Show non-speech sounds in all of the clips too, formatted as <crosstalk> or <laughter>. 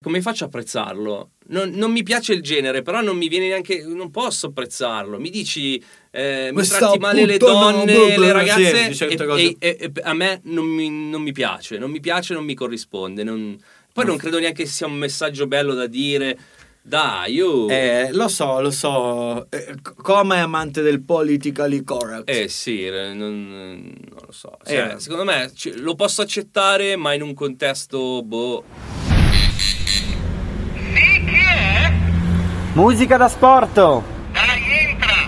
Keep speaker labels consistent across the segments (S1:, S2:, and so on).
S1: come faccio a apprezzarlo? Non, non mi piace il genere, però non mi viene neanche. Non posso apprezzarlo. Mi dici. eh, mi
S2: Questa
S1: tratti male le
S2: puttana, bla,
S1: donne,
S2: bla,
S1: le
S2: sì,
S1: ragazze.
S3: di certe
S1: e-
S3: cose.
S1: e- e- e a me non mi, non mi piace, non mi piace, non mi corrisponde. non- Poi non credo neanche sia un messaggio bello da dire. Dai, io. Eh,
S2: Eh, lo so, lo so. Eh, c- Coma è amante del politically correct.
S1: sì, eh, non, non lo so. Cioè,
S2: Eh.
S1: Secondo me ci- lo posso accettare, ma in un contesto boh.
S4: Di chi è?
S5: Musica da sporto.
S4: Dai, entra!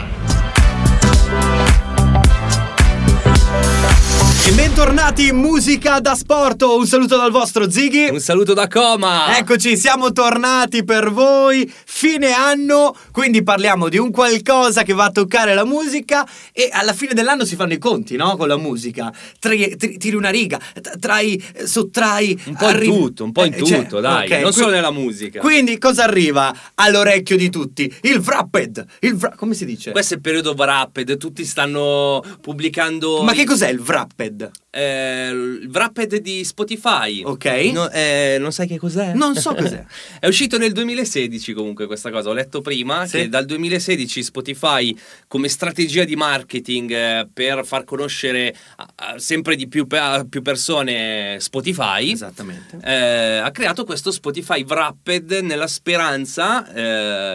S2: E bentornati in Musica da Sporto. Un saluto dal vostro Ziggy.
S1: Un saluto da coma!
S2: Eccoci, siamo tornati per voi, fine anno, quindi parliamo di un qualcosa che va a toccare la musica e alla fine dell'anno si fanno i conti, no? Con la musica. Tri- tri- tiri una riga, t- trai, eh, sottrai.
S1: Un po' in tutto, un po' in
S2: eh, cioè,
S1: tutto, dai,
S2: ok,
S1: non
S2: qui-
S1: solo nella musica.
S2: Quindi cosa arriva all'orecchio di tutti? Il wrapped, il wra- come si dice?
S1: Questo è il periodo Wrapped, tutti stanno pubblicando
S2: Ma che cos'è il wrapped?
S1: eh, il Wrapped di Spotify.
S2: Ok?
S1: No, eh, non sai che cos'è?
S2: Non so cos'è.
S1: <laughs> è uscito nel 2016 comunque questa cosa, ho letto prima
S2: Sì.
S1: che dal 2016 Spotify come strategia di marketing eh, per far conoscere a- a sempre di più, pe- a più persone Spotify
S2: Esatto. Esattamente.
S1: eh, ha creato questo Spotify Wrapped nella speranza,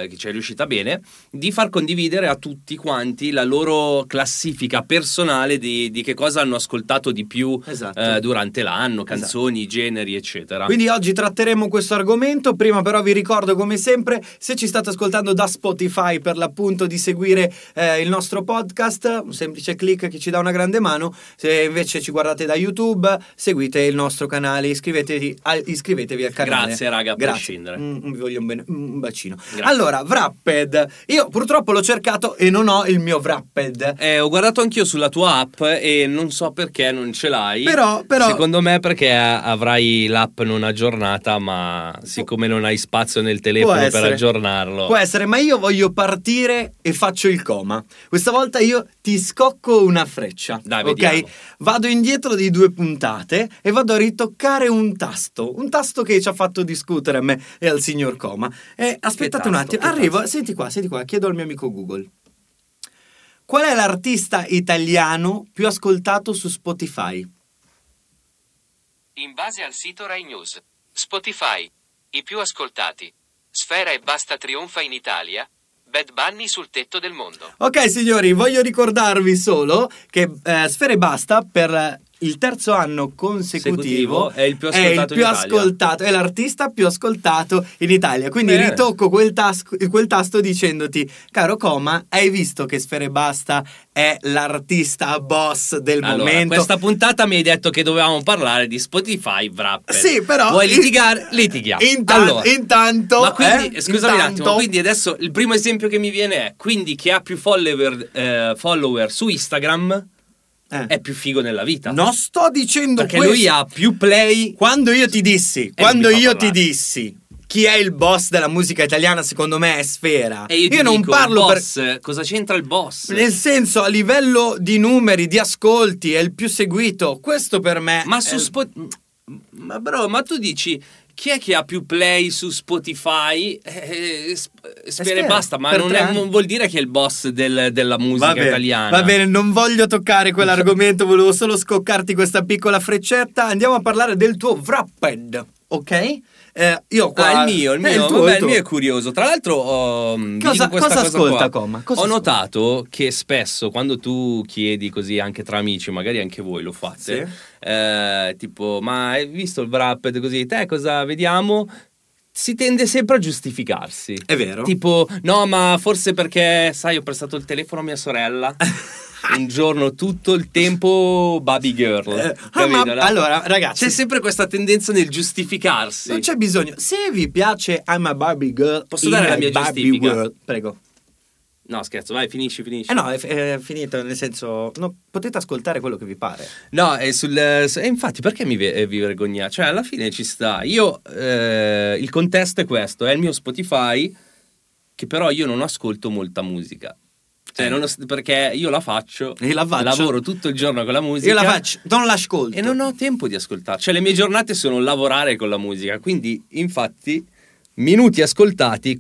S1: eh, che ci è riuscita bene, di far condividere a tutti quanti la loro classifica personale di, di che cosa hanno ascoltato di più
S2: Esatto.
S1: eh, durante l'anno, canzoni, generi, eccetera.
S2: Quindi oggi tratteremo questo argomento, prima però vi ricordo come sempre se ci state ascoltando da Spotify per l'appunto di seguire eh, il nostro podcast, un semplice click che ci dà una grande mano, se invece ci guardate da YouTube seguite il nostro canale, iscrivetevi al, iscrivetevi al canale.
S1: Grazie, raga, a
S2: Grazie.
S1: prescindere.
S2: Mm, vi voglio un, bene- un bacino.
S1: Grazie.
S2: Allora, Wrapped, io purtroppo l'ho cercato e non ho il mio Wrapped.
S1: Eh, ho guardato anch'io sulla tua app e non so perché non ce l'hai.
S2: Però- però-
S1: Secondo me perché eh, avrai l'app non aggiornata, ma siccome non hai spazio nel telefono per
S2: essere.
S1: aggiornarlo.
S2: Può essere, ma io voglio partire e faccio il coma. Questa volta io ti scocco una freccia.
S1: Dai,
S2: ok?
S1: vediamo.
S2: Vado indietro di due puntate e vado a ritoccare un tasto. Un tasto che ci ha fatto discutere a me e al signor Coma. E
S1: tasto,
S2: aspettate un attimo,
S1: che
S2: arrivo, senti qua, senti qua, chiedo al mio amico Google. Qual è l'artista italiano più ascoltato su Spotify?
S6: In base al sito Rai News, Spotify, i più ascoltati. Sfera e basta trionfa in Italia. Bad Bunny sul tetto del mondo.
S2: Ok signori, voglio ricordarvi solo che eh, Sfere Basta per eh, il terzo anno consecutivo
S1: Consecutivo è il più
S2: è il
S1: ascoltato in
S2: più
S1: Italia.
S2: ascoltato, è l'artista più ascoltato in Italia. Quindi
S1: Bene.
S2: ritocco quel, tasco- quel tasto dicendoti, caro Coma, hai visto che Sfere Basta è l'artista boss del
S1: Allora,
S2: momento?
S1: questa puntata mi hai detto che dovevamo parlare di Spotify Wrapped.
S2: Sì, però-
S1: Vuoi litigare? Litighiamo.
S2: Intan- intanto,
S1: Ma quindi,
S2: eh,
S1: scusami un
S2: intanto-
S1: attimo, quindi adesso il primo esempio che mi viene è quindi chi ha più follower, eh, follower su Instagram
S2: Eh.
S1: è più figo nella vita.
S2: Non sto dicendo
S1: Perché
S2: questo.
S1: lui ha più play.
S2: Quando io ti dissi,
S1: non
S2: quando
S1: mi fa
S2: io ti
S1: parlare.
S2: dissi chi è il boss della musica italiana, secondo me è Sfera.
S1: E io, ti
S2: non
S1: dico,
S2: parlo
S1: il
S2: per
S1: boss, cosa c'entra il boss?
S2: nel senso a livello di numeri, di ascolti, è il più seguito. Questo per me
S1: Eh, Ma
S2: è-
S1: su Spotify. Ma bro, ma tu dici. Chi è che ha più play su Spotify? Eh, eh, sp- spera
S2: Spera,
S1: e basta, ma
S2: per
S1: non,
S2: tre
S1: è-
S2: anni.
S1: non vuol dire che è il boss del- della musica
S2: Va bene,
S1: italiana.
S2: va bene, non voglio toccare quell'argomento, volevo solo scoccarti questa piccola freccetta. Andiamo a parlare del tuo wrapped, ok? Eh, io qua...
S1: Ah, il mio, il
S2: Eh,
S1: mio,
S2: tuo,
S1: vabbè, il
S2: tuo.
S1: mio è curioso. Tra l'altro, oh, ho
S2: Cosa- cosa ascolta, Coma? Cosa
S1: ho
S2: ascolta?
S1: notato che spesso quando tu chiedi così anche tra amici, magari anche voi lo fate,
S2: Sì.
S1: eh, tipo, ma hai visto il wrapped così? Te cosa vediamo? Si tende sempre a giustificarsi.
S2: È vero. <laughs>
S1: Tipo, no, ma forse perché, sai, ho prestato il telefono a mia
S2: <laughs>
S1: sorella.
S2: Eh,
S1: Un giorno tutto il tempo Baby Girl.
S2: Eh, ah,
S1: capito,
S2: ma-
S1: no?
S2: allora, ragazzi-
S1: C'è sempre questa tendenza nel giustificarsi.
S2: Non c'è bisogno. Se vi piace I'm a Barbie Girl,
S1: Posso
S2: in
S1: dare
S2: a
S1: la mia
S2: Barbie
S1: giustifica?
S2: World, prego.
S1: No, scherzo, vai, finisci, finisci.
S2: Eh no, è, è finito, nel senso, no, potete ascoltare quello che vi pare.
S1: No, e sul, eh, s- e infatti perché mi ve- eh, vi vergognate? Cioè, alla fine ci sta. Io, eh, il contesto è questo, è il mio Spotify, che però io non ascolto molta musica. Cioè, nonost- perché io la faccio,
S2: Eh. E la faccio.
S1: lavoro tutto il giorno con la musica.
S2: Io la faccio, non l'ascolto.
S1: E non ho tempo di ascoltare. Cioè, le mie giornate sono lavorare con la musica. Quindi, infatti, minuti ascoltati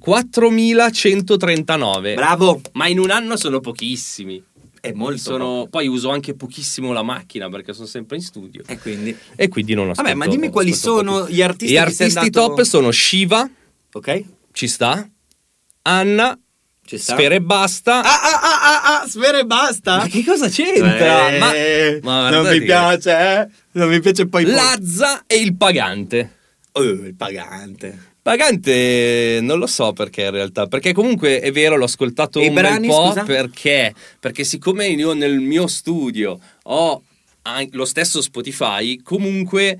S1: 4139.
S2: Bravo,
S1: Ma in un anno sono pochissimi.
S2: è molto.
S1: Sono-
S2: poco.
S1: Poi uso anche pochissimo la macchina perché sono sempre in studio.
S2: E quindi,
S1: E quindi non ascolto
S2: Vabbè, ma dimmi quali
S1: ascolto
S2: sono
S1: pochi.
S2: gli artisti
S1: Gli
S2: che sei
S1: artisti
S2: andato-
S1: top sono Shiva,
S2: ok?
S1: ci sta, Anna,
S2: Ci sta.
S1: Sfere e Basta.
S2: Ah, ah, ah, ah, ah, sfere e basta.
S1: Ma che cosa c'entra? Ma- Eh, ma
S2: non
S1: guardate
S2: mi
S1: che-
S2: piace, eh? Non mi piace poi.
S1: Lazza e il pagante.
S2: Oh, il pagante.
S1: Pagante non lo so perché in realtà, perché comunque è vero, l'ho ascoltato
S2: E i
S1: un bel
S2: brani,
S1: po'
S2: scusa?
S1: perché perché siccome io nel mio studio ho an- lo stesso Spotify, comunque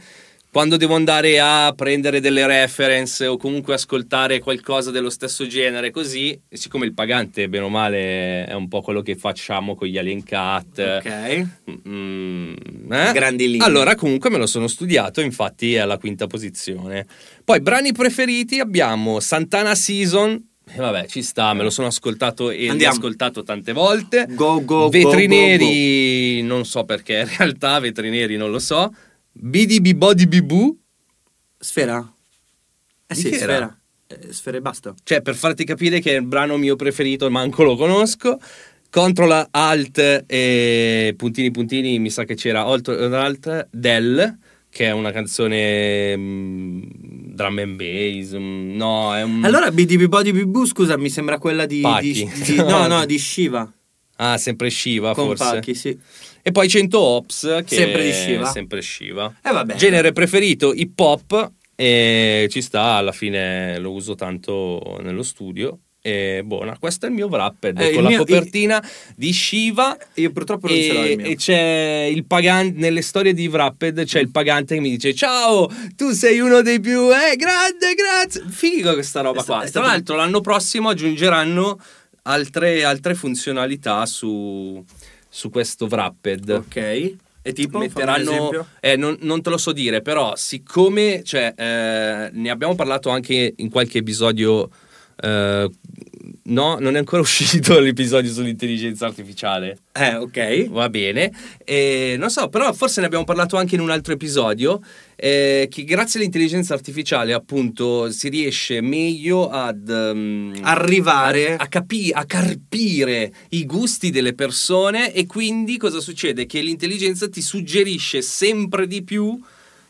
S1: quando devo andare a prendere delle reference o comunque ascoltare qualcosa dello stesso genere, così, e siccome il pagante, bene o male, è un po' quello che facciamo con gli Alien Cat,
S2: Ok.
S1: Mm, eh?
S2: Grandi linee.
S1: Allora, comunque me lo sono studiato, infatti è alla quinta posizione. Poi, brani preferiti abbiamo Santana Season. E vabbè, ci sta, me lo sono ascoltato e
S2: Andiamo.
S1: ascoltato tante volte.
S2: Go, go, go,
S1: Vetrineri, non so perché <laughs> in realtà, Vetrineri non lo so. BDB Body Bibu,
S2: Sfera? Eh
S1: Di
S2: sì,
S1: chi era?
S2: sfera. Eh, sfera e basta.
S1: cioè per farti capire che è il brano mio preferito, manco lo conosco. Control Alt e puntini puntini, mi sa che c'era Alt, Alt Del, che è una canzone mm, drum and bass, mm, no, è un...
S2: Allora, BDB Body BB, scusa, mi sembra quella di.
S1: Pacchi.
S2: di-
S1: <laughs>
S2: di- no, no, di Shiva.
S1: Ah, sempre Shiva
S2: con
S1: forse.
S2: Pacchi, sì. Eh,
S1: E poi 100 Ops, che
S2: Sempre di
S1: è
S2: Shiva.
S1: sempre Shiva.
S2: Eh, vabbè.
S1: Genere preferito hip hop e ci sta, alla fine lo uso tanto nello studio. E buona, questo è il mio wrap ed è
S2: Eh, il
S1: con la
S2: mio-
S1: copertina di Shiva.
S2: Io purtroppo non ce l'ho
S1: E,
S2: il mio.
S1: e c'è il pagante nelle storie di Wrapped c'è il pagante che mi dice ciao tu sei uno dei più eh grande grazie figo questa roba
S2: È sta-
S1: qua
S2: è
S1: tra
S2: stato-
S1: l'altro l'anno prossimo aggiungeranno altre, altre funzionalità su, su questo Wrapped
S2: Ok. Oh. E tipo,
S1: metteranno-
S2: fammi un esempio.
S1: eh, non, non te lo so dire, però siccome cioè, eh, ne abbiamo parlato anche in qualche episodio, eh, no, non è ancora <laughs> uscito l'episodio sull'intelligenza artificiale.
S2: Eh, ok.
S1: Va bene, Eh, non so, però forse ne abbiamo parlato anche in un altro episodio, eh, che grazie all'intelligenza artificiale appunto si riesce meglio ad... ehm,
S2: Arrivare.
S1: a, capi- a carpire i gusti delle persone e quindi cosa succede? Che l'intelligenza ti suggerisce sempre di più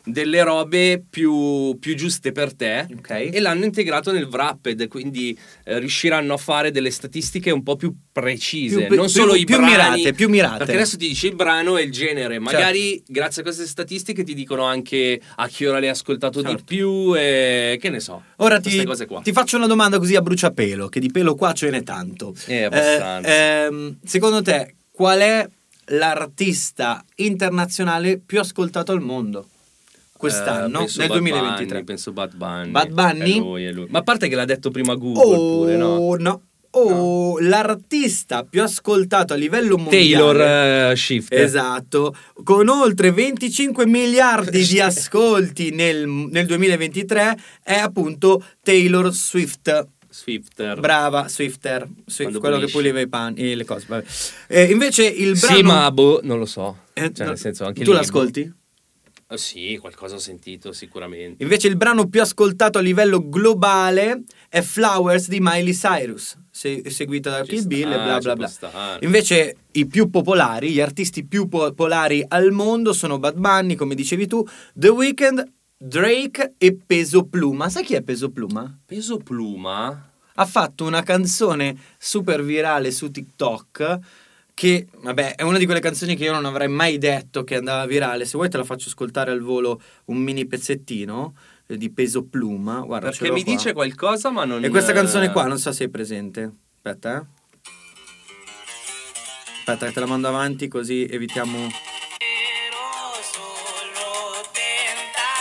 S1: delle robe più, più giuste per te
S2: Ok.
S1: e l'hanno integrato nel Wrapped quindi eh, riusciranno a fare delle statistiche un po' più precise
S2: Più-
S1: non
S2: più-
S1: solo i
S2: più
S1: brani,
S2: mirate, più mirate.
S1: perché adesso ti dice il brano e il genere
S2: Certo.
S1: magari grazie a queste statistiche ti dicono anche a che ora le hai ascoltato di
S2: Certo.
S1: più e che ne so
S2: Ora
S1: queste
S2: ti,
S1: cose qua
S2: ti faccio una domanda così a bruciapelo, che di pelo qua ce n'è tanto.
S1: Eh, abbastanza.
S2: ehm, secondo te, qual è l'artista internazionale più ascoltato al mondo
S1: Eh,
S2: quest'anno,
S1: penso
S2: nel
S1: Bad
S2: 2023?
S1: Bunny, penso Bad Bunny.
S2: Bad Bunny?
S1: È lui, è lui. Ma a parte che l'ha detto prima Google
S2: Oh,
S1: pure, no?
S2: no. Oh, l'artista più ascoltato a livello mondiale.
S1: Taylor eh, Shift.
S2: Esatto, con oltre 25 miliardi di ascolti nel, nel 2023 è appunto Taylor Swift.
S1: Swifter.
S2: Brava, Swifter, Swift,
S1: Quando
S2: quello che
S1: pulisce.
S2: puliva i panni, le cose. vabbè. Eh, invece il brano...
S1: Sì, ma boh, non lo so.
S2: Eh,
S1: Cioè,
S2: no,
S1: nel senso, anche
S2: tu
S1: lì-
S2: l'ascolti?
S1: Eh, sì, qualcosa ho sentito sicuramente.
S2: Invece il brano più ascoltato a livello globale è Flowers di Miley Cyrus, se- seguita da
S1: Ci
S2: Kill
S1: sta,
S2: Bill e bla
S1: ci può
S2: bla bla.
S1: stare.
S2: Invece i più popolari, gli artisti più popolari al mondo sono Bad Bunny, come dicevi tu, The Weeknd, Drake e Peso Pluma. Sai chi è Peso Pluma?
S1: Peso Pluma?
S2: ha fatto una canzone super virale su TikTok che, vabbè, è una di quelle canzoni che io non avrei mai detto che andava virale. Se vuoi te la faccio ascoltare al volo un mini pezzettino eh, di peso pluma. Guarda, ce
S1: Perché
S2: l'ho
S1: mi
S2: qua.
S1: dice qualcosa, ma non.
S2: E questa
S1: eh,
S2: canzone qua, non so se è presente. Aspetta, eh. Aspetta, che te la mando avanti così evitiamo...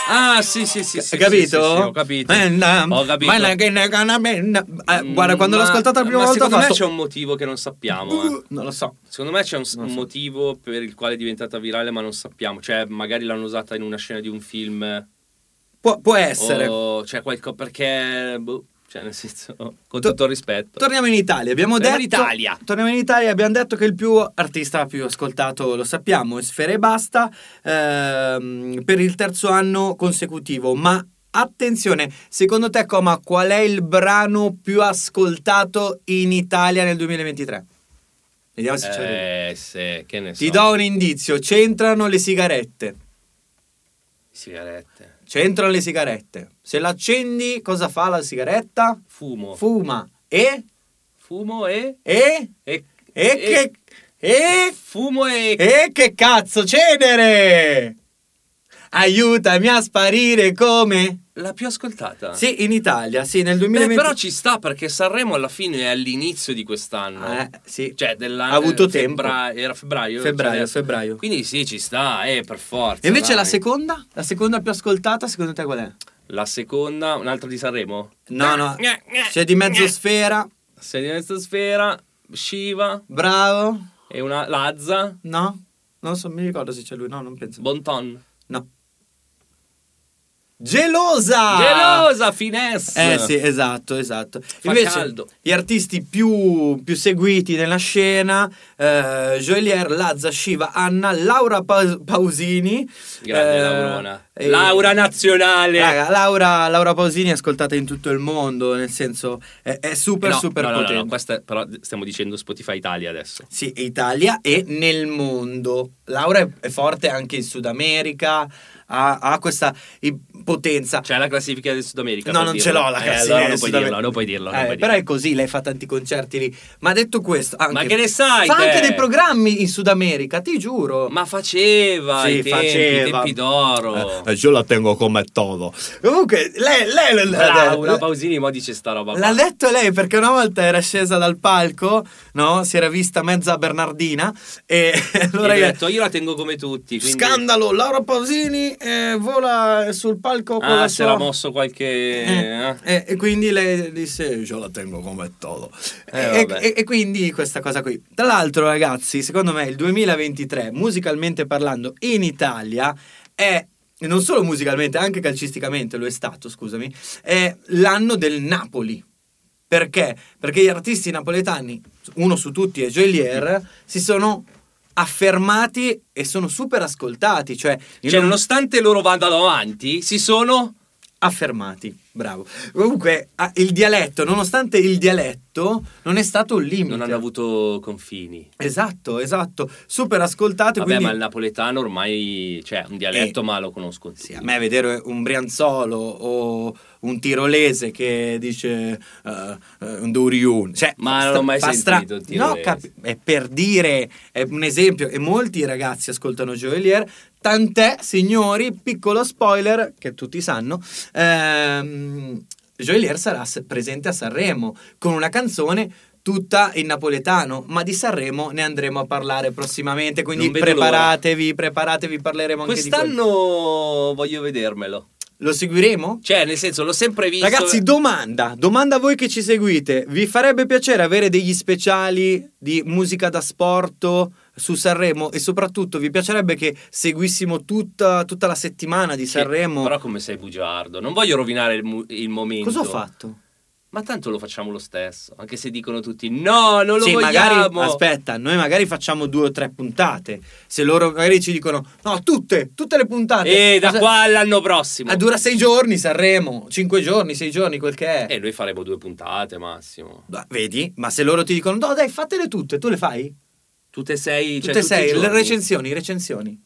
S1: Ah, sì, sì, sì. sì,
S2: capito?
S1: sì, sì, sì, ho capito.
S2: Menna,
S1: Ho capito. Mm,
S2: menna, che ne- che ne- menna. Eh, Guarda, quando l'ho
S1: Ma-
S2: ascoltata la prima
S1: ma
S2: volta ho
S1: Secondo me
S2: fatto... Uh,
S1: c'è un motivo che non sappiamo. eh.
S2: Non lo so.
S1: Secondo me c'è un,
S2: Non
S1: un
S2: so.
S1: motivo per il quale è diventata virale, ma non sappiamo. Cioè, magari l'hanno usata in una scena di un film.
S2: Può, può essere.
S1: Oh. O, cioè, qualcosa perché. boh, Cioè, nel senso, con tutto il rispetto.
S2: Torniamo in Italia. Abbiamo
S1: Torniamo
S2: detto, Eh,
S1: in Italia.
S2: Torniamo in Italia. Abbiamo detto che il più artista più ascoltato, lo sappiamo, è Sfera e Basta ehm, per il terzo anno consecutivo. Ma attenzione, secondo te, Coma, qual è il brano più ascoltato in Italia nel 2023? Vediamo se ci arrivi.
S1: eh, sì, che ne so.
S2: Ti do un indizio: c'entrano le sigarette.
S1: Sigarette.
S2: C'entrano le sigarette. Se l'accendi, cosa fa la sigaretta?
S1: Fumo.
S2: Fuma. E?
S1: Fumo e...
S2: E?
S1: E,
S2: E che. E?
S1: Fumo e...
S2: E che cazzo cenere! Aiutami a sparire come?
S1: La più ascoltata.
S2: Sì, in Italia, sì, nel
S1: Beh,
S2: 2020.
S1: Eh, però ci sta perché Sanremo alla fine è all'inizio di quest'anno.
S2: Eh, sì.
S1: Cioè, dell'anno...
S2: Ha avuto tempo.
S1: febbra- Era febbraio?
S2: Febbraio,
S1: Cioè, adesso-
S2: febbraio.
S1: Quindi sì, ci sta, eh, per forza.
S2: E invece
S1: dai.
S2: la seconda? La seconda più ascoltata, secondo te qual è?
S1: La seconda, un'altra di Sanremo?
S2: No, no, c'è di mezzo sfera,
S1: Sei di mezza sfera, Shiva
S2: bravo,
S1: e una Lazza,
S2: no? Non so, mi ricordo se c'è lui, no, non penso.
S1: Bonton.
S2: No. Gelosa!
S1: Gelosa, finesse.
S2: Ah. Eh sì, esatto, esatto.
S1: Cioè, Fa caldo.
S2: gli artisti più, più seguiti nella scena, eh, Joelier, Lazza, Shiva, Anna, Laura Pa- Pausini.
S1: Grande
S2: eh,
S1: Laurona.
S2: eh,
S1: Laura nazionale.
S2: raga, Laura, Laura Pausini è ascoltata in tutto il mondo, nel senso è, è super,
S1: Eh no,
S2: super
S1: no, no, no,
S2: potente.
S1: no, questa è- però stiamo dicendo Spotify Italia adesso.
S2: Sì, Italia e nel mondo. Laura è, è forte anche in Sud America, ha, ha questa i- potenza.
S1: C'è Cioè, la classifica del Sud America.
S2: No,
S1: puoi
S2: non
S1: dirlo.
S2: ce l'ho la
S1: Eh,
S2: classifica.
S1: allora non puoi
S2: assolutamente.
S1: dirlo, non puoi dirlo. non
S2: Eh,
S1: puoi
S2: però
S1: dirlo.
S2: è così, lei fa tanti concerti lì. Ma detto questo, anche,
S1: Ma che ne sai,
S2: Fa
S1: te?
S2: anche dei programmi in Sud America, ti giuro.
S1: Ma faceva
S2: Sì,
S1: i tempi,
S2: faceva. Eh,
S1: i tempi d'oro.
S2: io la tengo come todo. Comunque, lei, lei, lei-
S1: Laura
S2: lei-
S1: Pausini mo dice sta roba. qua.
S2: L'ha detto lei perché una volta era scesa dal palco, no? Si era vista mezza Bernardina e <laughs> allora
S1: E
S2: io-
S1: ho detto, io la tengo come tutti. Quindi...
S2: Scandalo, Laura Pausini eh, vola sul palco con
S1: Ah,
S2: la
S1: si
S2: sua-
S1: era mosso qualche.
S2: Eh,
S1: eh?
S2: eh, e quindi lei disse io la tengo come todo
S1: Eh,
S2: e,
S1: vabbè.
S2: e- e quindi questa cosa qui tra l'altro ragazzi secondo me il 2023 musicalmente parlando in Italia è e non solo musicalmente anche calcisticamente lo è stato scusami è l'anno del Napoli perché? Perché gli artisti napoletani, uno su tutti è Joelier, si sono affermati e sono super ascoltati, cioè,
S1: Cioè, nonostante loro vadano avanti, si sono.
S2: affermati. Bravo. Comunque, ah, il dialetto, nonostante il dialetto, non è stato un limite.
S1: Non hanno avuto confini.
S2: Esatto, esatto. Super ascoltato.
S1: Vabbè,
S2: quindi...
S1: ma il napoletano ormai. Cioè, un dialetto,
S2: Eh.
S1: ma lo conosco.
S2: Sì, a me vedere un brianzolo o un tirolese che dice eh, eh, un duriun, cioè,
S1: Ma non
S2: fa-
S1: ho mai
S2: fa
S1: sentito il tirolese.
S2: No, capi- è per dire, è un esempio, e molti ragazzi ascoltano Joelier, tant'è, signori, piccolo spoiler, che tutti sanno, ehm, Joelier sarà s- presente a Sanremo con una canzone tutta in napoletano, ma di Sanremo ne andremo a parlare prossimamente, quindi
S1: Non vedo l'ora.
S2: preparatevi, preparatevi, parleremo anche di quello.
S1: Quest'anno voglio vedermelo.
S2: Lo seguiremo?
S1: Cioè, nel senso, l'ho sempre visto.
S2: Ragazzi, domanda, domanda a voi che ci seguite. Vi farebbe piacere avere degli speciali di musica da sport su Sanremo e soprattutto vi piacerebbe che seguissimo tutta, tutta la settimana di
S1: Sì,
S2: Sanremo?
S1: Però come sei bugiardo. Non voglio rovinare il, mu- il momento.
S2: Cosa ho fatto?
S1: Ma tanto lo facciamo lo stesso. Anche se dicono tutti no, non lo
S2: sì, magari
S1: vogliamo.
S2: aspetta, noi magari facciamo due o tre puntate. Se loro magari ci dicono "No, tutte, tutte le puntate".
S1: E Eh, da
S2: Cosa-
S1: qua all'anno prossimo.
S2: Ah, dura sei giorni Sanremo, cinque giorni, sei giorni, quel che è.
S1: E noi faremo due puntate massimo.
S2: Beh, Vedi? Ma se loro ti dicono "No, dai, fatele tutte", tu le fai?
S1: Tutte e sei.
S2: Tutte
S1: cioè,
S2: e sei,
S1: tutti i
S2: le
S1: giorni.
S2: recensioni, recensioni.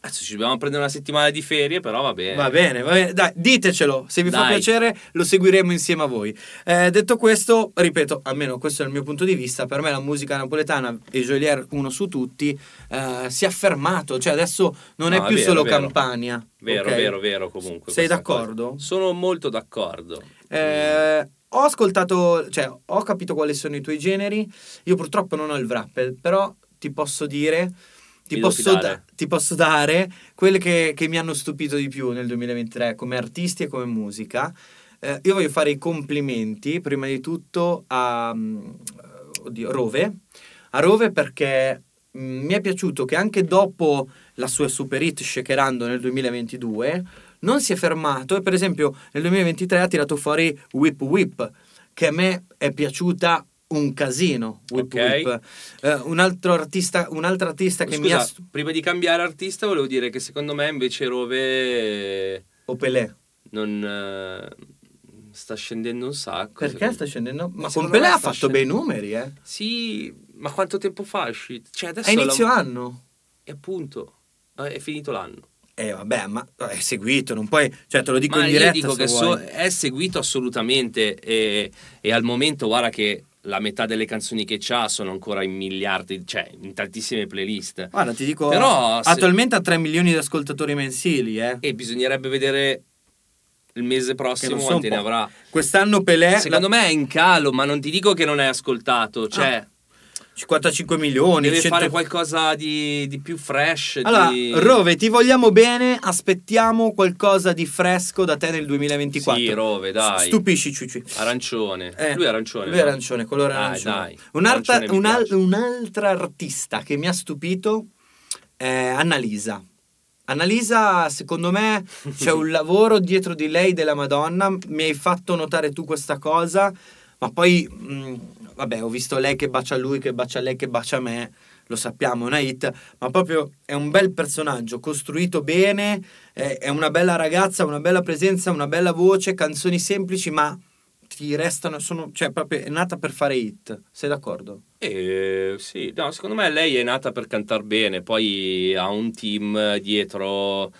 S1: Adesso ci dobbiamo prendere una settimana di ferie, però va bene.
S2: Va bene, va bene, dai, ditecelo, se vi fa
S1: Dai.
S2: piacere lo seguiremo insieme a voi. Eh, detto questo, ripeto, almeno questo è il mio punto di vista, per me la musica napoletana e Jolier uno su tutti eh, si è affermato, cioè adesso non è
S1: No,
S2: più
S1: vero,
S2: solo
S1: vero.
S2: Campania.
S1: Vero,
S2: ok?
S1: vero, vero comunque.
S2: Sei
S1: questa
S2: d'accordo?
S1: cosa. Sono molto d'accordo.
S2: Eh, ho ascoltato, cioè ho capito quali sono i tuoi generi, io purtroppo non ho il wrapper, però ti posso dire... Ti
S1: Mi devo
S2: posso,
S1: fidare.
S2: ti posso dare quelle che, che mi hanno stupito di più nel 2023 come artisti e come musica. Eh, io voglio fare i complimenti prima di tutto a mm, oddio, Rove. A Rove perché mm, mi è piaciuto che anche dopo la sua super hit Shakerando nel 2022 non si è fermato e per esempio nel 2023 ha tirato fuori Whip Whip, che a me è piaciuta un casino. Whip
S1: Ok.
S2: Whip. Eh, un altro artista, un'altra artista che mi
S1: Mm. Scusa,
S2: ha...
S1: prima di cambiare artista volevo dire che secondo me invece Rove eh,
S2: O Pelé.
S1: non eh, sta scendendo un sacco.
S2: Perché
S1: secondo
S2: sta
S1: me.
S2: scendendo? Ma con
S1: secondo
S2: Pelé
S1: me
S2: ha
S1: sta
S2: fatto bei
S1: scendendo.
S2: numeri, eh.
S1: Sì, ma quanto tempo fa è uscito? Cioè adesso
S2: A inizio
S1: la-
S2: anno.
S1: E appunto, eh, è finito l'anno.
S2: Eh vabbè, ma è seguito, non puoi... Cioè te lo dico
S1: ma
S2: in
S1: io
S2: diretta
S1: dico
S2: se
S1: che so-
S2: vuoi.
S1: è seguito assolutamente e, e al momento guarda che la metà delle canzoni che c'ha sono ancora in miliardi, cioè in tantissime playlist.
S2: Guarda, ti dico...
S1: Però se-
S2: Attualmente ha 3 milioni di ascoltatori mensili, eh.
S1: E bisognerebbe vedere il mese
S2: Che
S1: prossimo
S2: non so
S1: quanti
S2: un
S1: ne
S2: po'. Eh,
S1: avrà.
S2: Quest'anno Pelé...
S1: Secondo me è in calo, ma non ti dico che non è ascoltato,
S2: Ah.
S1: cioè
S2: 55 milioni.
S1: deve
S2: 100
S1: fare qualcosa di, di più fresh.
S2: Allora,
S1: di...
S2: Rove, ti vogliamo bene, aspettiamo qualcosa di fresco da te nel 2024.
S1: Sì, Rove, dai.
S2: Stupisci, Ciuci.
S1: arancione.
S2: Eh,
S1: lui è arancione.
S2: Lui è
S1: no?
S2: arancione, colore
S1: Dai,
S2: arancione.
S1: dai.
S2: Un'altra-
S1: Arancione mi
S2: un'al-
S1: piace.
S2: un'altra artista che mi ha stupito è Annalisa. Annalisa, secondo me,
S1: <laughs>
S2: c'è un lavoro dietro di lei della Madonna. Mi hai fatto notare tu questa cosa, ma poi, mh, vabbè, ho visto lei che bacia lui, che bacia lei, che bacia me. Lo sappiamo, è una hit, ma proprio è un bel personaggio, costruito bene, è è una bella ragazza, una bella presenza, una bella voce, canzoni semplici, ma ti restano, sono, cioè proprio è nata per fare hit, sei d'accordo?
S1: Eh, sì, no, secondo me lei è nata per cantar bene, poi ha un team dietro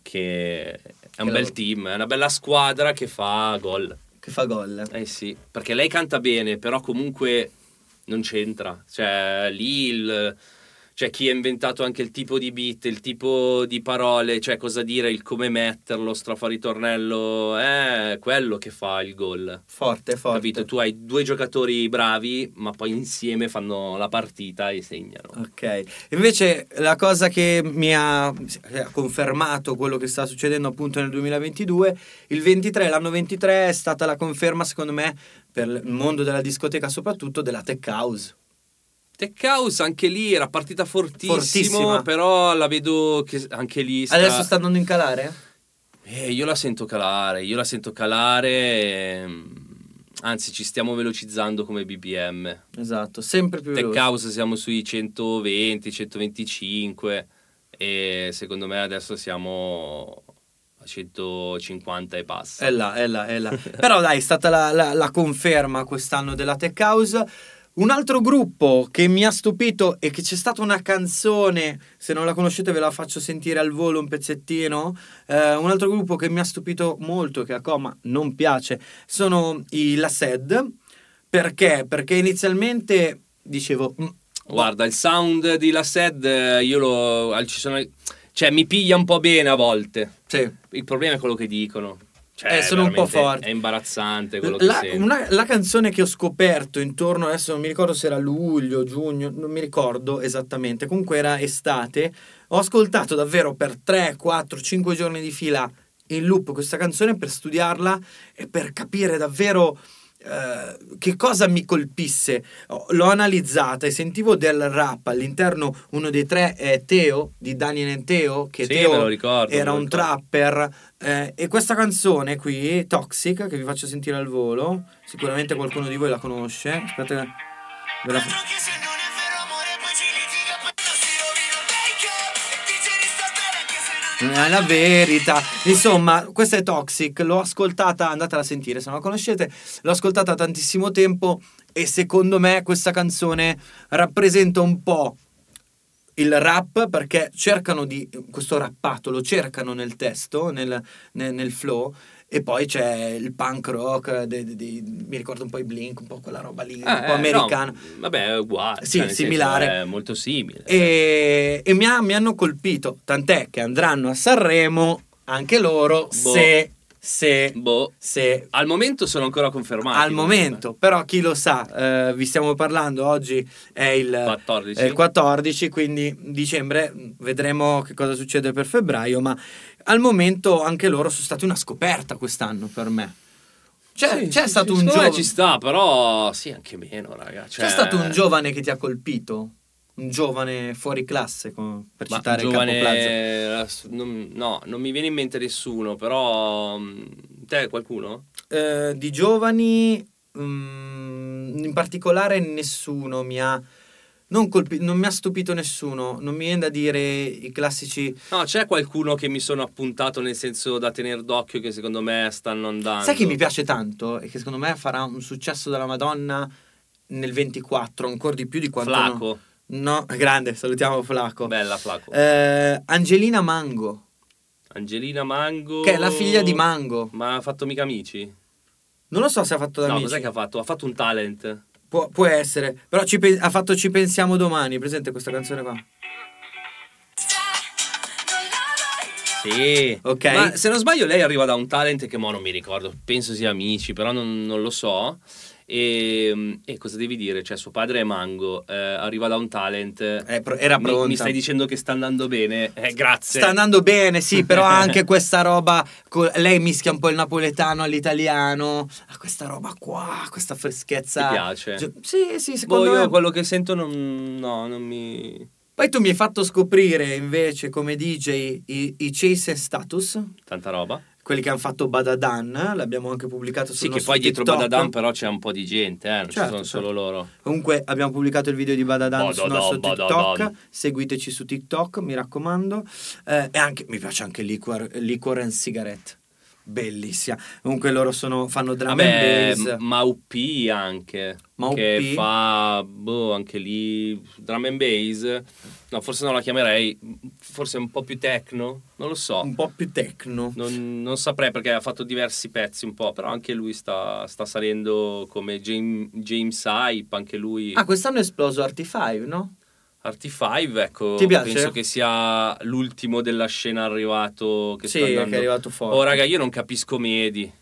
S1: che è un bel
S2: Che lavoro.
S1: team, è una bella squadra che fa gol.
S2: Che fa gol.
S1: Eh sì, perché lei canta bene, però comunque non c'entra. Cioè, lì il- c'è chi ha inventato anche il tipo di beat, il tipo di parole, cioè cosa dire, il come metterlo, strafare il tornello, è quello che fa il gol.
S2: Forte, forte.
S1: Capito? Tu hai due giocatori bravi, ma poi insieme fanno la partita e segnano.
S2: Ok, invece la cosa che mi ha eh, confermato quello che sta succedendo appunto nel 2022, il 23, l'anno 23 è stata la conferma secondo me per il mondo della discoteca soprattutto della tech house.
S1: Tech House anche lì era partita fortissimo,
S2: Fortissima.
S1: però la vedo che anche lì sta-
S2: Adesso sta andando in calare?
S1: Eh, io la sento calare, io la sento calare. ehm, Anzi, ci stiamo velocizzando come BPM.
S2: Esatto, sempre più
S1: Tech
S2: veloce.
S1: House siamo sui 120, 125 e secondo me adesso siamo a 150 e passa.
S2: È là, è là, è là. Però dai, è stata la, la- la conferma quest'anno della Tech House. Un altro gruppo che mi ha stupito e che c'è stata una canzone, se non la conoscete ve la faccio sentire al volo un pezzettino, Eh, un altro gruppo che mi ha stupito molto, che a Coma non piace, sono i La Sed. Perché? Perché inizialmente dicevo... "Mm,
S1: Guarda, il sound di La Sed, eh, io lo. al- ci sono- cioè, mi piglia un po' bene a volte.
S2: sì,
S1: Il problema è quello che dicono. Cioè,
S2: Eh, sono un po'
S1: veramente
S2: forti.
S1: È imbarazzante quello
S2: la,
S1: che sento.
S2: una- la canzone che ho scoperto intorno adesso non mi ricordo se era luglio, giugno, non mi ricordo esattamente, comunque era estate, ho ascoltato davvero per 3, 4, 5 giorni di fila in loop questa canzone per studiarla e per capire davvero eh, che cosa mi colpisse. Ho- L'ho analizzata e sentivo del rap all'interno uno dei tre è Teo di Daniel and Teo che
S1: Sì,
S2: Teo
S1: me lo ricordo, me
S2: era
S1: lo
S2: un
S1: ricordo.
S2: trapper eh, e questa canzone qui Toxic che vi faccio sentire al volo sicuramente qualcuno di voi la conosce aspetta che ve la fa-
S3: Altro che se non è vero amore poi ci pues litiga per si rovina il make-up E dice di star bene anche se non è
S2: non è la verità insomma questa è Toxic l'ho ascoltata andatela a sentire se non la conoscete l'ho ascoltata tantissimo tempo e secondo me questa canzone rappresenta un po' il rap perché cercano di questo rappato lo cercano nel testo nel, nel- nel flow e poi c'è il punk rock de- de- de- mi ricordo un po' i Blink un po' quella roba lì un
S1: Eh,
S2: po'
S1: no,
S2: americana
S1: vabbè, è uguale.
S2: Ah, Sì,
S1: cioè, nel
S2: similare.
S1: senso, è molto simile.
S2: e, e mi, ha- mi hanno colpito tant'è che andranno a Sanremo anche loro
S1: Boh.
S2: se se
S1: Boh.
S2: se
S1: Al momento sono ancora confermati.
S2: al
S1: comunque.
S2: momento, però chi lo sa, eh, vi stiamo parlando oggi è il
S1: 14.
S2: è il 14, quindi dicembre mh, vedremo che cosa succede per febbraio, ma al momento anche loro sono stati una scoperta quest'anno per me. C'è,
S1: Sì,
S2: c'è
S1: sì,
S2: stato
S1: sì,
S2: un
S1: secondo me
S2: giovane
S1: ci sta, però sì, anche meno, raga. cioè,
S2: c'è stato un giovane che ti ha colpito? un giovane fuori classe, com- per
S1: Ma
S2: citare
S1: giovane-
S2: Capo Plaza.
S1: ass- non- no, non mi viene in mente nessuno, però... mh, Te qualcuno?
S2: Eh, di giovani, mm, in particolare, nessuno mi ha. Non, colpi- non mi ha stupito nessuno, non mi viene da dire i classici.
S1: No, c'è qualcuno che mi sono appuntato nel senso da tenere d'occhio che secondo me stanno andando.
S2: Sai che mi piace tanto e che secondo me farà un successo della Madonna nel 24, ancora di più di quanto.
S1: Flaco.
S2: No, no, grande, salutiamo Flaco.
S1: Bella Flaco.
S2: Eh, Angelina Mango,
S1: Angelina Mango.
S2: che è la figlia di Mango.
S1: Ma ha fatto mica amici?
S2: Non lo so se ha fatto da
S1: No,
S2: amici.
S1: cos'è che ha fatto? Ha fatto un talent.
S2: Può, può essere, però ci pe- ha fatto Ci pensiamo domani, presente questa canzone qua?
S1: Sì.
S2: Ok.
S1: Ma se non sbaglio, lei arriva da un talent che mo non mi ricordo. Penso sia amici, però non, non lo so. Ehm, E, e cosa devi dire? Cioè, suo padre è Mango, eh, arriva da un talent.
S2: Eh, pro- era
S1: Mi-
S2: pronta.
S1: Mi, stai dicendo che sta andando bene? Eh, grazie.
S2: Sta andando bene, sì, però
S1: <laughs>
S2: ha anche questa roba. co- lei mischia un po' il napoletano all'italiano. Ha questa roba qua, questa freschezza.
S1: Ti piace?
S2: Gi- Sì, sì,
S1: Boh,
S2: secondo
S1: io
S2: me.
S1: quello che sento non, no, non mi...
S2: Poi tu mi hai fatto scoprire invece come DJ i, i Chase and Status,
S1: Tanta roba.
S2: quelli che hanno fatto Badadan, eh, l'abbiamo anche pubblicato sul
S1: Sì, che
S2: nostro
S1: poi dietro
S2: TikTok.
S1: Badadan però c'è un po' di gente, eh, non ci
S2: Certo,
S1: sono
S2: certo.
S1: solo loro.
S2: Comunque abbiamo pubblicato il video di Badadan sul
S1: Badadan,
S2: nostro
S1: Badadan.
S2: TikTok, seguiteci su TikTok, mi raccomando. Eh, e anche, mi piace anche Liquor, liquor and Cigarette, bellissima. Comunque loro sono, fanno drum
S1: Vabbè,
S2: and bass.
S1: Maupi anche,
S2: Mau
S1: che
S2: P.
S1: fa, boh, anche lì, drum and bass. No, forse non la chiamerei, forse un po' più techno, non lo so.
S2: Un po' più tecno.
S1: Non, non saprei perché ha fatto diversi pezzi un po', però anche lui sta, sta salendo come James, James Hype, anche lui.
S2: Ah, quest'anno è esploso Artify, no?
S1: RT5, ecco,
S2: Ti piace?
S1: penso che sia l'ultimo della scena arrivato che
S2: sì,
S1: sta
S2: che
S1: andando.
S2: è arrivato fuori.
S1: Oh, raga, io non capisco Medi.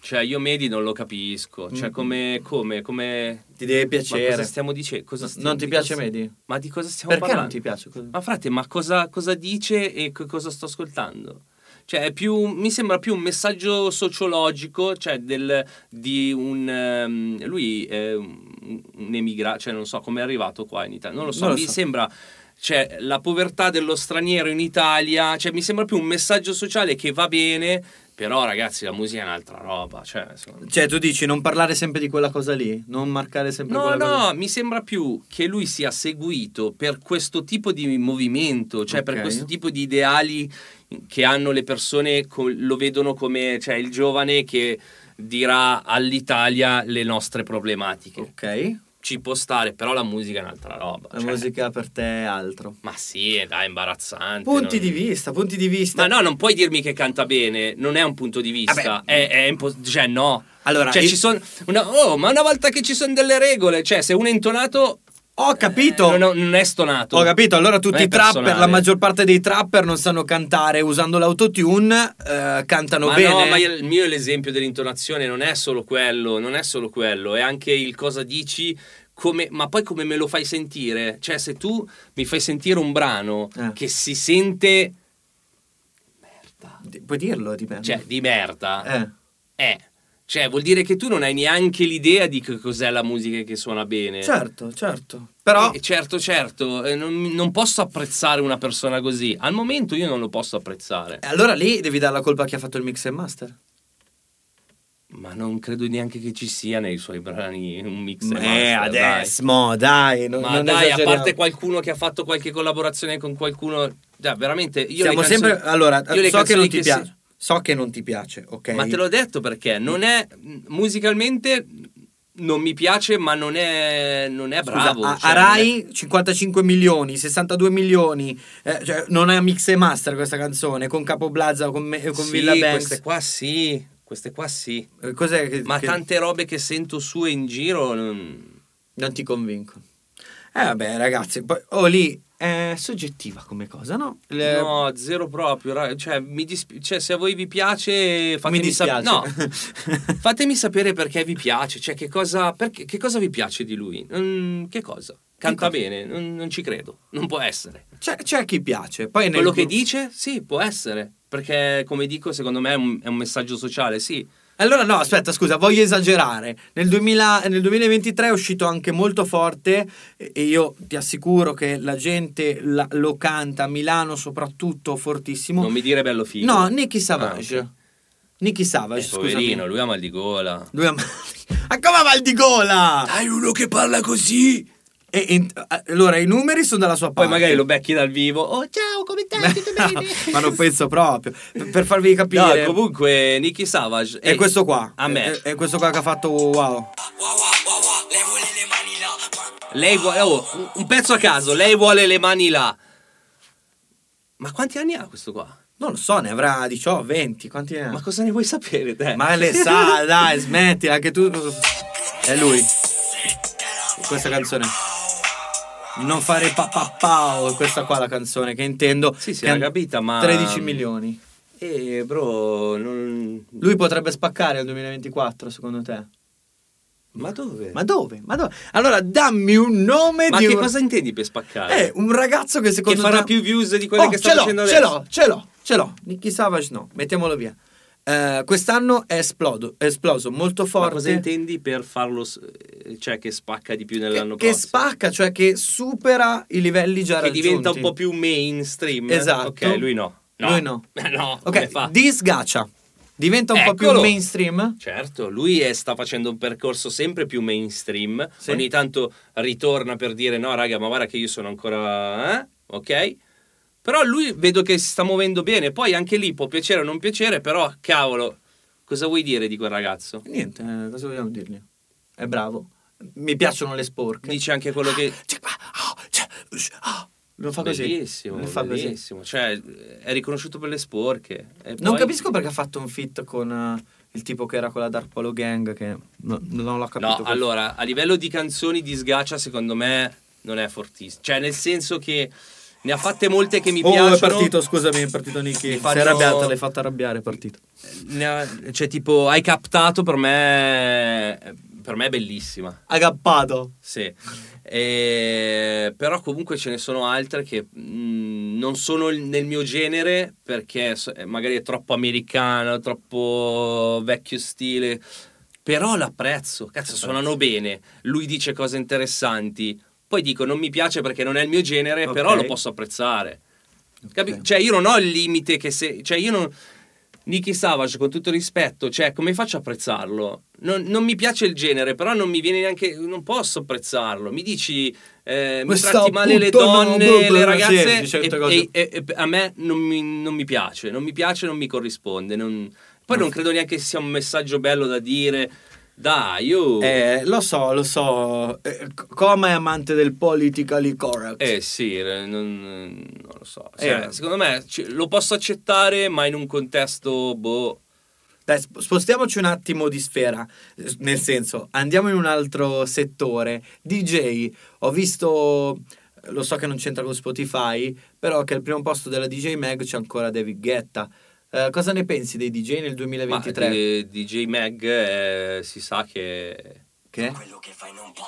S1: Cioè, io Medi non lo capisco. Cioè,
S2: Mm.
S1: come, come, come...
S2: Ti deve
S1: Ma cosa
S2: piacere.
S1: stiamo dicendo? Cosa sti-
S2: Non ti
S1: di
S2: piace
S1: cosa-
S2: Medi?
S1: Ma di cosa stiamo
S2: Perché non
S1: parlando?
S2: ti piace? Cosa-
S1: Ma frate, ma cosa, cosa dice e co- cosa sto ascoltando? Cioè, è più, mi sembra più un messaggio sociologico, cioè del, di un... ehm, lui è un un emigrato, cioè non so come è arrivato qua in Italia, non lo so,
S2: Non lo
S1: mi
S2: so.
S1: sembra... Cioè, la povertà dello straniero in Italia, cioè, mi sembra più un messaggio sociale che va bene, però ragazzi, la musica è un'altra roba, cioè... secondo me-
S2: Cioè, tu dici non parlare sempre di quella cosa lì, non marcare sempre
S1: No,
S2: quella cosa lì.
S1: no, mi sembra più che lui sia seguito per questo tipo di movimento, cioè
S2: Ok.
S1: per questo tipo di ideali che hanno le persone, co- lo vedono come cioè, il giovane che dirà all'Italia le nostre problematiche.
S2: Ok.
S1: Ci può stare, però la musica è un'altra roba.
S2: Oh. La
S1: cioè.
S2: musica per te è altro.
S1: Ma sì, è dai, imbarazzante.
S2: Punti
S1: non-
S2: di vista, punti di vista.
S1: Ma no, non puoi dirmi che canta bene, non è un punto di vista,
S2: Vabbè.
S1: è, è impos- cioè no.
S2: Allora,
S1: Cioè,
S2: io-
S1: ci sono. una- oh, ma una volta che ci sono delle regole, cioè, se uno è intonato.
S2: Ho capito.
S1: Eh, non, non è stonato.
S2: Ho capito, allora tutti
S1: Non è
S2: i trapper,
S1: personale.
S2: la maggior parte dei trapper non sanno cantare usando l'autotune, eh, cantano
S1: Ma
S2: bene.
S1: no, ma il mio è l'esempio dell'intonazione non è solo quello, non è solo quello, è anche il cosa dici, come- ma poi come me lo fai sentire. Cioè, se tu mi fai sentire un brano
S2: Eh.
S1: che si sente. Merda.
S2: Di- Puoi dirlo di me?
S1: Cioè, di merda.
S2: Eh.
S1: Eh, cioè vuol dire che tu non hai neanche l'idea di che cos'è la musica che suona bene.
S2: Certo, certo. Però
S1: Eh, certo, certo, eh, non, non posso apprezzare una persona così. Al momento io non lo posso apprezzare.
S2: eh, allora lì devi dare la colpa a chi ha fatto il mix and master.
S1: Ma non credo neanche che ci sia nei suoi brani un mix e
S2: eh,
S1: master, dai.
S2: adesso, mo, dai, non,
S1: Ma
S2: non
S1: dai, a
S2: esageriamo.
S1: parte qualcuno che ha fatto qualche collaborazione con qualcuno, Dai, veramente io
S2: Siamo
S1: le
S2: sempre
S1: canzoni-
S2: allora,
S1: io le
S2: so che
S1: canzoni
S2: non ti
S1: si-
S2: piace. So che non ti piace, ok?
S1: Ma te l'ho detto perché non è musicalmente non mi piace, ma non è non è
S2: Eh, Scusa,
S1: bravo.
S2: a,
S1: cioè,
S2: a
S1: non è-
S2: Rai 55 milioni, 62 milioni, eh, cioè, non è mix e master questa canzone, con Capo Blazza, con, me- con
S1: Sì,
S2: Villa Banks.
S1: queste qua sì, queste qua sì.
S2: Eh, Cos'è che,
S1: Ma
S2: che
S1: tante robe che sento sue in giro non-
S2: non ti convinco? Eh vabbè ragazzi, poi, oh lì è soggettiva come cosa, no? Le-
S1: No, zero proprio, ra- cioè, mi disp- cioè, se a voi vi piace
S2: mi
S1: fatemi sapere
S2: dispiace.
S1: no,
S2: <laughs>
S1: fatemi sapere perché vi piace, cioè che cosa, perché- che cosa vi piace di lui? Mm, che cosa? Canta bene, non, non ci credo, non può essere.
S2: c'è, c'è chi piace, poi nel
S1: Quello che
S2: gruppo-
S1: dice? Sì, può essere, perché come dico, secondo me è un, è un messaggio sociale, sì,
S2: Allora no, aspetta, scusa, voglio esagerare. Nel, 2000 nel 2023 è uscito anche molto forte e e io ti assicuro che la gente la- lo canta a Milano soprattutto fortissimo.
S1: Non mi dire bello figo.
S2: No, Nicky Savage.
S1: Ah, ok.
S2: Nicky Savage,
S1: Eh,
S2: scusami.
S1: poverino, lui ha mal di gola.
S2: Lui ha... <laughs> Ma come mal di gola?
S1: Hai uno che parla così.
S2: E- e- allora, i numeri sono dalla sua
S1: Poi
S2: parte.
S1: magari lo becchi dal vivo. Oh, ciao, come stai? Tutto bene?
S2: <laughs> Ma non penso proprio. Per- Per farvi
S1: No,
S2: capire.
S1: comunque, Nicky Savage.
S2: è
S1: eh,
S2: questo qua.
S1: A me.
S2: È, è questo qua che ha fatto wow.
S1: Lei vuole. Oh, un- un pezzo a caso. Lei vuole le mani là. Ma quanti anni ha questo qua?
S2: Non lo so, ne avrà 18, 20, quanti ne ha?
S1: Ma
S2: Ma,
S1: cosa ne vuoi sapere, te? <laughs>
S2: Eh. le sa, dai, smettila, anche tu. È lui. Questa canzone. Non fare pa pa pao, questa qua è la canzone che intendo.
S1: Sì, sì,
S2: che
S1: l'ha
S2: ha
S1: capita, ma-
S2: 13 milioni.
S1: Eh, bro, non.
S2: Lui potrebbe spaccare nel 2024, secondo te?
S1: Ma dove?
S2: Ma dove? Ma dove? Allora dammi un nome
S1: Ma
S2: di
S1: che
S2: un...
S1: cosa intendi per spaccare?
S2: Eh, un ragazzo che
S1: che
S2: secondo
S1: farà
S2: te-
S1: più views di quelle
S2: Oh,
S1: che sta
S2: ce l'ho,
S1: facendo
S2: ce
S1: adesso?
S2: l'ho, ce l'ho, ce l'ho. Nicky Savage no, mettiamolo via. Eh, quest'anno è, esplodo- è esploso molto
S1: Ma
S2: forte.
S1: cosa intendi per farlo? s- eh, Cioè, che spacca di più
S2: che,
S1: nell'anno
S2: che
S1: prossimo?
S2: spacca, cioè che supera i livelli già
S1: che
S2: raggiunti.
S1: diventa un po' più mainstream.
S2: Esatto.
S1: Ok, lui no. no.
S2: Lui no.
S1: <laughs> no, come fa?
S2: Ok, disgaccia. Diventa un po' più
S1: Eccolo.
S2: mainstream.
S1: Certo, lui è- sta facendo un percorso sempre più mainstream.
S2: Sì.
S1: Ogni tanto ritorna per dire no, raga, ma guarda che io sono ancora... eh? Ok? Però lui vedo che si sta muovendo bene. Poi anche lì può piacere o non piacere, però cavolo, cosa vuoi dire di quel ragazzo?
S2: Niente, eh, cosa vogliamo dirgli? È bravo. Mi piacciono le sporche.
S1: Dice anche quello che...
S2: C'è qua, ah, c'è, ush, ah. Lo fa così.
S1: Bellissimo,
S2: Lo fa così.
S1: bellissimo. Cioè, è riconosciuto per le sporche. E
S2: Non
S1: poi-
S2: capisco perché ha fatto un fit con eh, il tipo che era con la Dark Polo Gang. Che no- non l'ho
S1: No,
S2: capito.
S1: allora, a livello di canzoni di sgaccia, secondo me non è fortissimo. Cioè, nel senso che ne ha fatte molte che mi
S2: oh,
S1: piacciono.
S2: è partito, scusami, è partito Nicky.
S1: Mi
S2: Si
S1: faccio-
S2: è arrabbiata, l'hai fatta arrabbiare, è partito.
S1: Ne ha- cioè, tipo, hai captato per me. Per me è bellissima.
S2: Agappato.
S1: Sì. E- Però comunque ce ne sono altre che mh, non sono il- nel mio genere perché so- eh, magari è troppo americano, troppo vecchio stile. Però l'apprezzo, cazzo, suonano bene. Lui dice cose interessanti. Poi dico non mi piace perché non è il mio genere,
S2: Ok.
S1: però lo posso apprezzare. Capi-
S2: Ok.
S1: Cioè, io non ho il limite che se. Cioè, io non. Nicky Savage, con tutto rispetto, cioè, come faccio a apprezzarlo? Non, non mi piace il genere, però non mi viene neanche. Non posso apprezzarlo. Mi dici. eh, mi
S2: Questo
S1: tratti male le
S2: puttano,
S1: donne, le
S2: bla, bla, sì,
S1: ragazze.
S2: dice tutte
S1: e-
S2: cose.
S1: e, e- e a me non mi, non mi piace, non mi piace, non mi corrisponde. non- Poi non credo neanche che sia un messaggio bello da dire. Dai, io. Eh,
S2: Eh, lo so, lo so. Eh, c- Coma è amante del politically correct.
S1: sì, eh, non, non lo so. Cioè,
S2: Eh.
S1: Secondo me ci- lo posso accettare, ma in un contesto boh.
S2: Dai, sp- spostiamoci un attimo di sfera, eh, nel senso, andiamo in un altro settore. DJ, ho visto, lo so che non c'entra con Spotify, però che al primo posto della DJ Mag c'è ancora David Guetta. Eh, cosa ne pensi dei DJ nel 2023?
S1: Ma eh, di- DJ Mag eh, si sa che
S2: Che?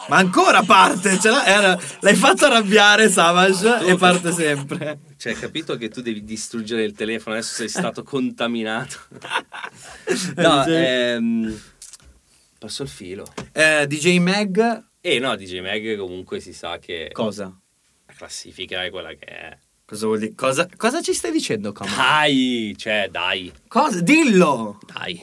S2: Ma ancora parte! ce l'ha- era- l'hai fatto arrabbiare Savage e parte sempre.
S1: cioè, hai capito che tu devi distruggere il telefono, adesso
S2: <laughs>
S1: sei stato contaminato.
S2: Eh,
S1: no, ehm, passo il filo.
S2: Eh, DJ Mag,
S1: Eh no, DJ Mag comunque si sa che
S2: cosa?
S1: la classifica è quella che è.
S2: Eh, Cosa vuol dire? Cosa, cosa ci stai
S1: <laughs>
S2: dicendo, Coma?
S1: Dai, cioè, dai,
S2: Cosa? Dillo!
S1: dai,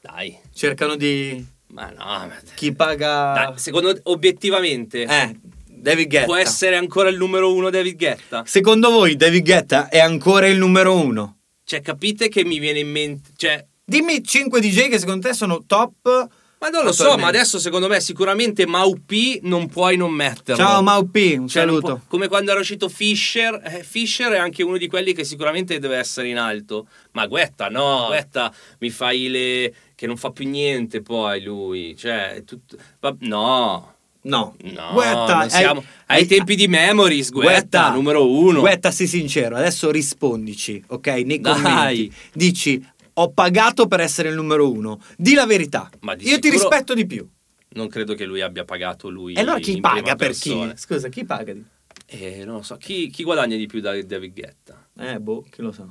S1: dai.
S2: Cercano di...
S1: Ma no, ma-
S2: Chi paga...
S1: Dai, secondo obiettivamente
S2: Eh, David Guetta.
S1: può essere ancora il numero uno David Guetta?
S2: Secondo voi David Guetta è ancora il numero uno?
S1: Cioè, capite che mi viene in mente, cioè,
S2: Dimmi 5 DJ che secondo te sono top.
S1: Ma non lo so,
S2: attualmente.
S1: ma adesso secondo me sicuramente Mau P non puoi non metterlo.
S2: Ciao Mau P, un
S1: Cioè, non
S2: saluto.
S1: può- come quando era uscito Fisher, eh, Fisher è anche uno di quelli che sicuramente deve essere in alto. Ma Guetta no, Guetta mi fai le... che non fa più niente poi lui. Cioè, è tutto... va- no,
S2: No,
S1: no.
S2: Guetta,
S1: non siamo...
S2: hai-
S1: Ai tempi di Memories, Guetta,
S2: Guetta,
S1: numero uno.
S2: Guetta, sii sincero, adesso rispondici, ok? Nei
S1: Dai.
S2: commenti. Dici, ho pagato per essere il numero uno. Di la verità.
S1: Ma di
S2: Io ti
S1: sicuro-
S2: rispetto di più.
S1: Non credo che lui abbia pagato lui.
S2: E allora chi
S1: in prima
S2: paga per chi?
S1: persona.
S2: Scusa, chi paga? di-
S1: Eh, non lo so, chi, chi guadagna di più da David Guetta?
S2: Eh, boh, chi lo sa.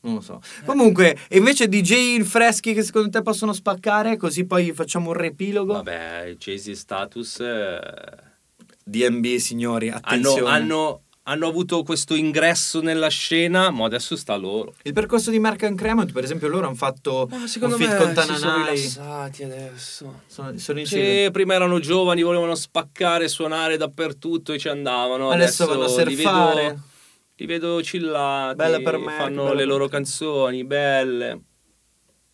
S2: Non lo so. Comunque, e invece DJ freschi che secondo te possono spaccare, così poi facciamo un repilogo.
S1: Vabbè, i Chasey Status eh,
S2: DMB, signori,
S1: hanno,
S2: attenzione.
S1: hanno- hanno avuto questo ingresso nella scena, ma adesso sta loro.
S2: Il percorso di Mark and Cremont, per esempio, loro hanno fatto un feat con Tananai. Sono,
S1: adesso.
S2: sono insieme.
S1: Sì, prima erano giovani, volevano spaccare, suonare dappertutto e ci andavano.
S2: Adesso vanno a
S1: li
S2: surfare.
S1: vedo, li vedo chillati,
S2: Bella per me,
S1: fanno
S2: bella
S1: le
S2: per
S1: loro
S2: te.
S1: canzoni, belle.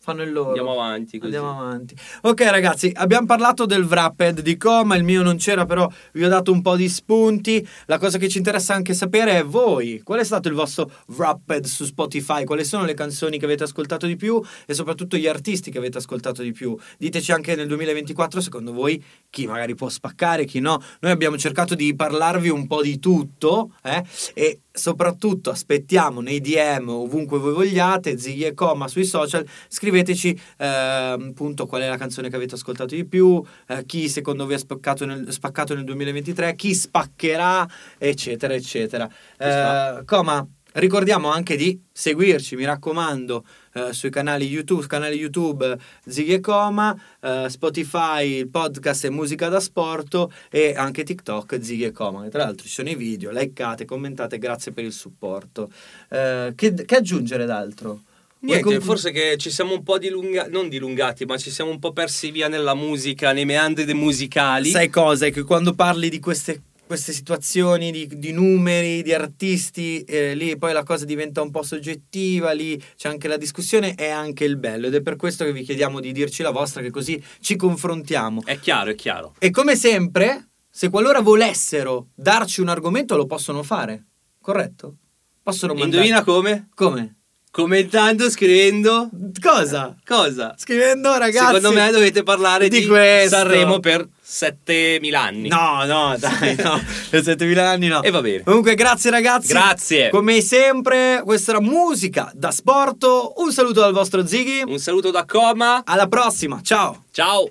S2: Fanno il loro.
S1: Andiamo avanti così.
S2: Andiamo avanti. Ok, ragazzi, abbiamo parlato del Wrapped di Coma. Il mio non c'era, però vi ho dato un po' di spunti. La cosa che ci interessa anche sapere è voi. Qual è stato il vostro Wrapped su Spotify? Quali sono le canzoni che avete ascoltato di più e soprattutto gli artisti che avete ascoltato di più? Diteci anche nel 2024, secondo voi, chi magari può spaccare, chi no. Noi abbiamo cercato di parlarvi un po' di tutto eh, e soprattutto aspettiamo nei DM ovunque voi vogliate, ziglie e coma sui social, scriveteci ehm, appunto qual è la canzone che avete ascoltato di più, eh, chi secondo voi ha spaccato nel, spaccato nel 2023, chi spaccherà, eccetera, eccetera. Eh, coma, ricordiamo anche di seguirci, mi raccomando, eh, sui canali YouTube, canale YouTube eh, Ziggy e Coma, eh, Spotify, il podcast e musica da sporto e anche TikTok Ziggy e Coma. che Tra l'altro ci sono i video, likeate, commentate, grazie per il supporto. Eh, che, che aggiungere d'altro? Vuoi
S1: Niente,
S2: conclu-
S1: forse che ci siamo un po' dilungati, non dilungati, ma ci siamo un po' persi via nella musica, nei meandri dei musicali.
S2: Sai cosa? È che quando parli di queste, queste situazioni, di, di numeri, di artisti, eh, lì poi la cosa diventa un po' soggettiva, lì c'è anche la discussione e anche il bello. Ed è per questo che vi chiediamo di dirci la vostra, che così ci confrontiamo.
S1: È chiaro, è chiaro.
S2: E come sempre, se qualora volessero darci un argomento, lo possono fare, corretto? Possono mandare.
S1: Indovina come?
S2: come?
S1: Commentando, scrivendo.
S2: Cosa?
S1: Cosa?
S2: Scrivendo, ragazzi.
S1: Secondo me dovete parlare di,
S2: questo.
S1: Sanremo per 7000 anni.
S2: No, no, dai,
S1: <laughs>
S2: no. Per 7000 anni no.
S1: E va bene.
S2: Comunque, grazie ragazzi.
S1: Grazie.
S2: Come sempre, questa era musica da sporto. Un saluto dal vostro Ziggy.
S1: Un saluto da Coma.
S2: Alla prossima, ciao.
S1: Ciao.